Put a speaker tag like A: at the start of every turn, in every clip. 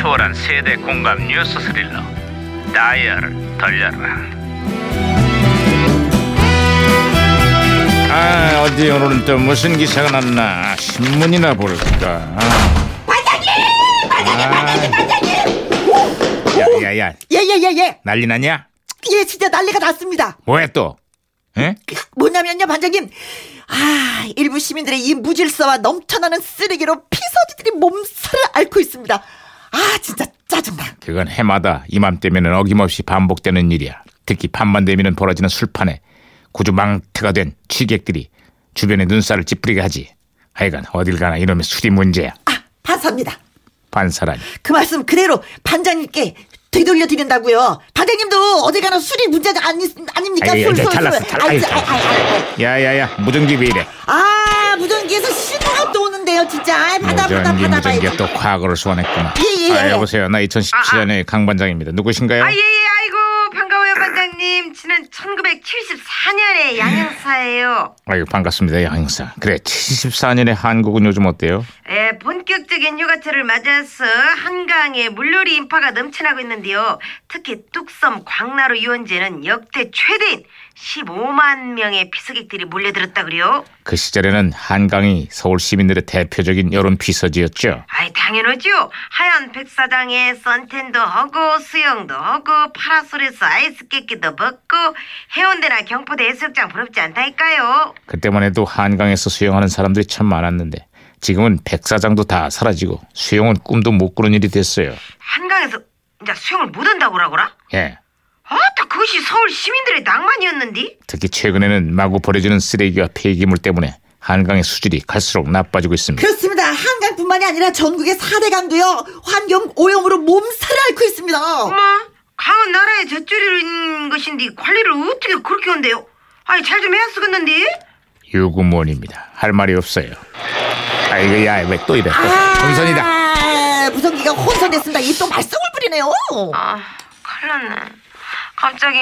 A: 수월한 세대 공감 뉴스 스릴러 다이얼을 돌려라 아 어디 오늘은 또 무슨 기사가 났나 신문이나 볼까 반장님 반장님 야야야
B: 예예예예 예,
A: 난리 나냐
B: 예, 진짜 난리가 났습니다
A: 뭐해 또 에?
B: 뭐냐면요 반장님 아 일부 시민들의 이 무질서와 넘쳐나는 쓰레기로 피서지들이 몸살을 앓고 있습니다 아 진짜 짜증나
A: 그건 해마다 이맘때면은 어김없이 반복되는 일이야. 특히 밤만 되면은 벌어지는 술판에 고주망태가 된 취객들이 주변의 눈살을 찌푸리게 하지. 하여간 어딜 가나 이놈의 술이 문제야.
B: 아 반사합니다
A: 반사라니.
B: 그 말씀 그대로 반장님께 되돌려 드린다고요 반장님도 어디 가나 술이 문제가 아니, 아닙니까
A: 아이,
B: 술,
A: 이제
B: 술,
A: 잘났어,
B: 술.
A: 잘났어,
B: 아이,
A: 잘났어.
B: 아이, 아이, 아이, 아이.
A: 야야야 무전기 왜 이래?
B: 아 무전기에서 신호가 또 오는데요 진짜 아이, 받아 받아
A: 무전기
B: 받아
A: 무전기가
B: 받아
A: 또 과거를 소환했구나.
B: 예, 예,
A: 아,
B: 예.
A: 여보세요. 나 2017년의 강 반장입니다. 누구신가요?
C: 아, 예, 예, 아이고, 반가워요, 반장님. 저는 1974년에 양양사예요.
A: 아유 반갑습니다. 야, 형사. 그래 74년의 한국은 요즘 어때요?
C: 예, 본격적인 휴가철을 맞아서 한강에 물놀이 인파가 넘쳐나고 있는데요. 특히 뚝섬 광나루 유원지는 역대 최대인 15만 명의 피서객들이 몰려들었다 그래요.
A: 그 시절에는 한강이 서울 시민들의 대표적인 여름 피서지였죠.
C: 아이, 당연하죠. 하얀 백사장에 선탠도 하고, 수영도 하고, 파라솔에서 아이스케이크도 벗고, 해운대나 경포대 해수욕장 부럽지 않다니까요.
A: 그때만 해도 한강에서 수영하는 사람들이 참 많았는데 지금은 백사장도 다 사라지고 수영은 꿈도 못 꾸는 일이 됐어요.
C: 한강에서 이제 수영을 못 한다고 그러더라?
A: 예.
C: 아따 그것이 서울 시민들의 낭만이었는디?
A: 특히 최근에는 마구 버려지는 쓰레기와 폐기물 때문에 한강의 수질이 갈수록 나빠지고 있습니다.
B: 그렇습니다. 한강뿐만이 아니라 전국의 4대 강도요. 환경 오염으로 몸살을 앓고 있습니다.
C: 어머 뭐, 강은 나라의 젖줄인 것인데 관리를 어떻게 그렇게 한대요? 아니 잘 좀 해야 쓰겠는데?
A: 유구무원입니다. 할 말이 없어요. 아 이거 야왜 또 이래?
B: 아,
A: 전선이다.
B: 무전기가 혼선됐습니다. 이 또 말썽을 부리네요.
C: 아 큰일났네 갑자기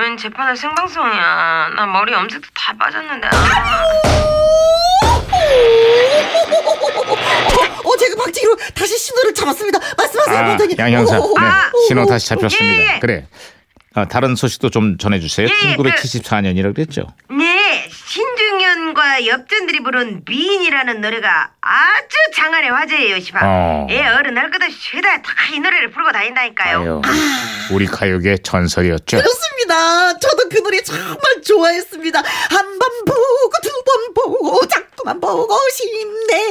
C: 웬 재판을 생방송이야 나 머리 염색도 다 빠졌는데
B: 어, 어, 제가 박치기로 다시 신호를 잡았습니다. 말씀하세요,
A: 아,
B: 반장님.
A: 양 형사,
B: 오, 오, 오,
C: 아,
A: 네,
B: 오,
A: 신호
B: 오,
A: 다시
C: 예,
A: 잡혔습니다.
C: 예.
A: 그래, 어, 다른 소식도 좀 전해주세요.
C: 예, 예, 그-
A: 1974년이라고 그랬죠?
C: 네 신중현과 엽전들이 부른 미인이라는 노래가 아주 장안의 화제예요 시방
A: 어.
C: 예 어른 할 것 없이 죄다 다 이 노래를 부르고
B: 그-
C: 다닌다니까요
A: 아유, 우리 가요계 전설이었죠.
B: 그렇습니다. 저도 그 노래 정말 좋아했습니다. 한 번 보고 두 번 보고 자꾸만 보고 싶네.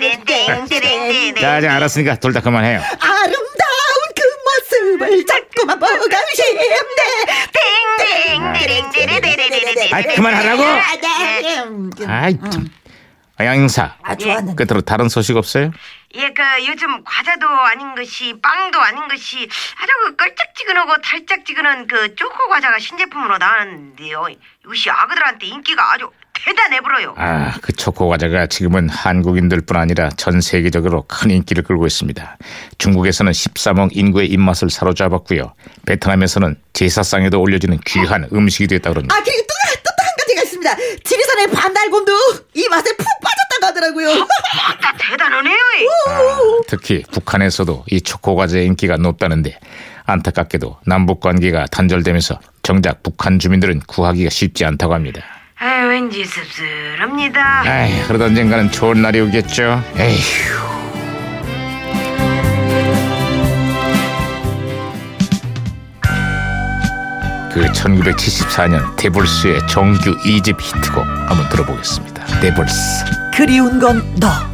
C: 띵디링디링디리디리디리디링.
A: 자, 자, 알았으니까 둘 다 그만해요.
B: 아름다운 그 모습을 자꾸만 보고 싶네.
C: 네,
A: 아이, 그만하라고!
B: 네,
A: 아이, 참. 아, 양사.
B: 아, 좋았는데.
A: 끝으로 다른 소식 없어요?
C: 예, 그 요즘 과자도 아닌 것이 빵도 아닌 것이 아주 그 껄쩍지근하고 달짝지근한 그 초코 과자가 신제품으로 나왔는데요. 이것이 아그들한테 인기가 아주 대단해 불어요.
A: 아, 그 초코 과자가 지금은 한국인들뿐 아니라 전 세계적으로 큰 인기를 끌고 있습니다. 중국에서는 13억 인구의 입맛을 사로잡았고요. 베트남에서는 제사상에도 올려지는 귀한 음식이 됐다고 합니다.
B: 아 그리고 또또한 가지가 있습니다. 지리산의 반달곰도 이 맛에 푹 빠졌다고 하더라고요.
C: 아따 대단하네요. 이.
A: 아, 특히 북한에서도 이 초코 과자의 인기가 높다는데 안타깝게도 남북 관계가 단절되면서 정작 북한 주민들은 구하기가 쉽지 않다고 합니다.
C: 아유, 왠지 씁쓸합니다.
A: 에이, 그러다 언젠가는 좋은 날이 오겠죠. 에휴. 그 1974년 데볼스의 정규 2집 히트곡 한번 들어보겠습니다. 데볼스.
B: 그리운 건 너.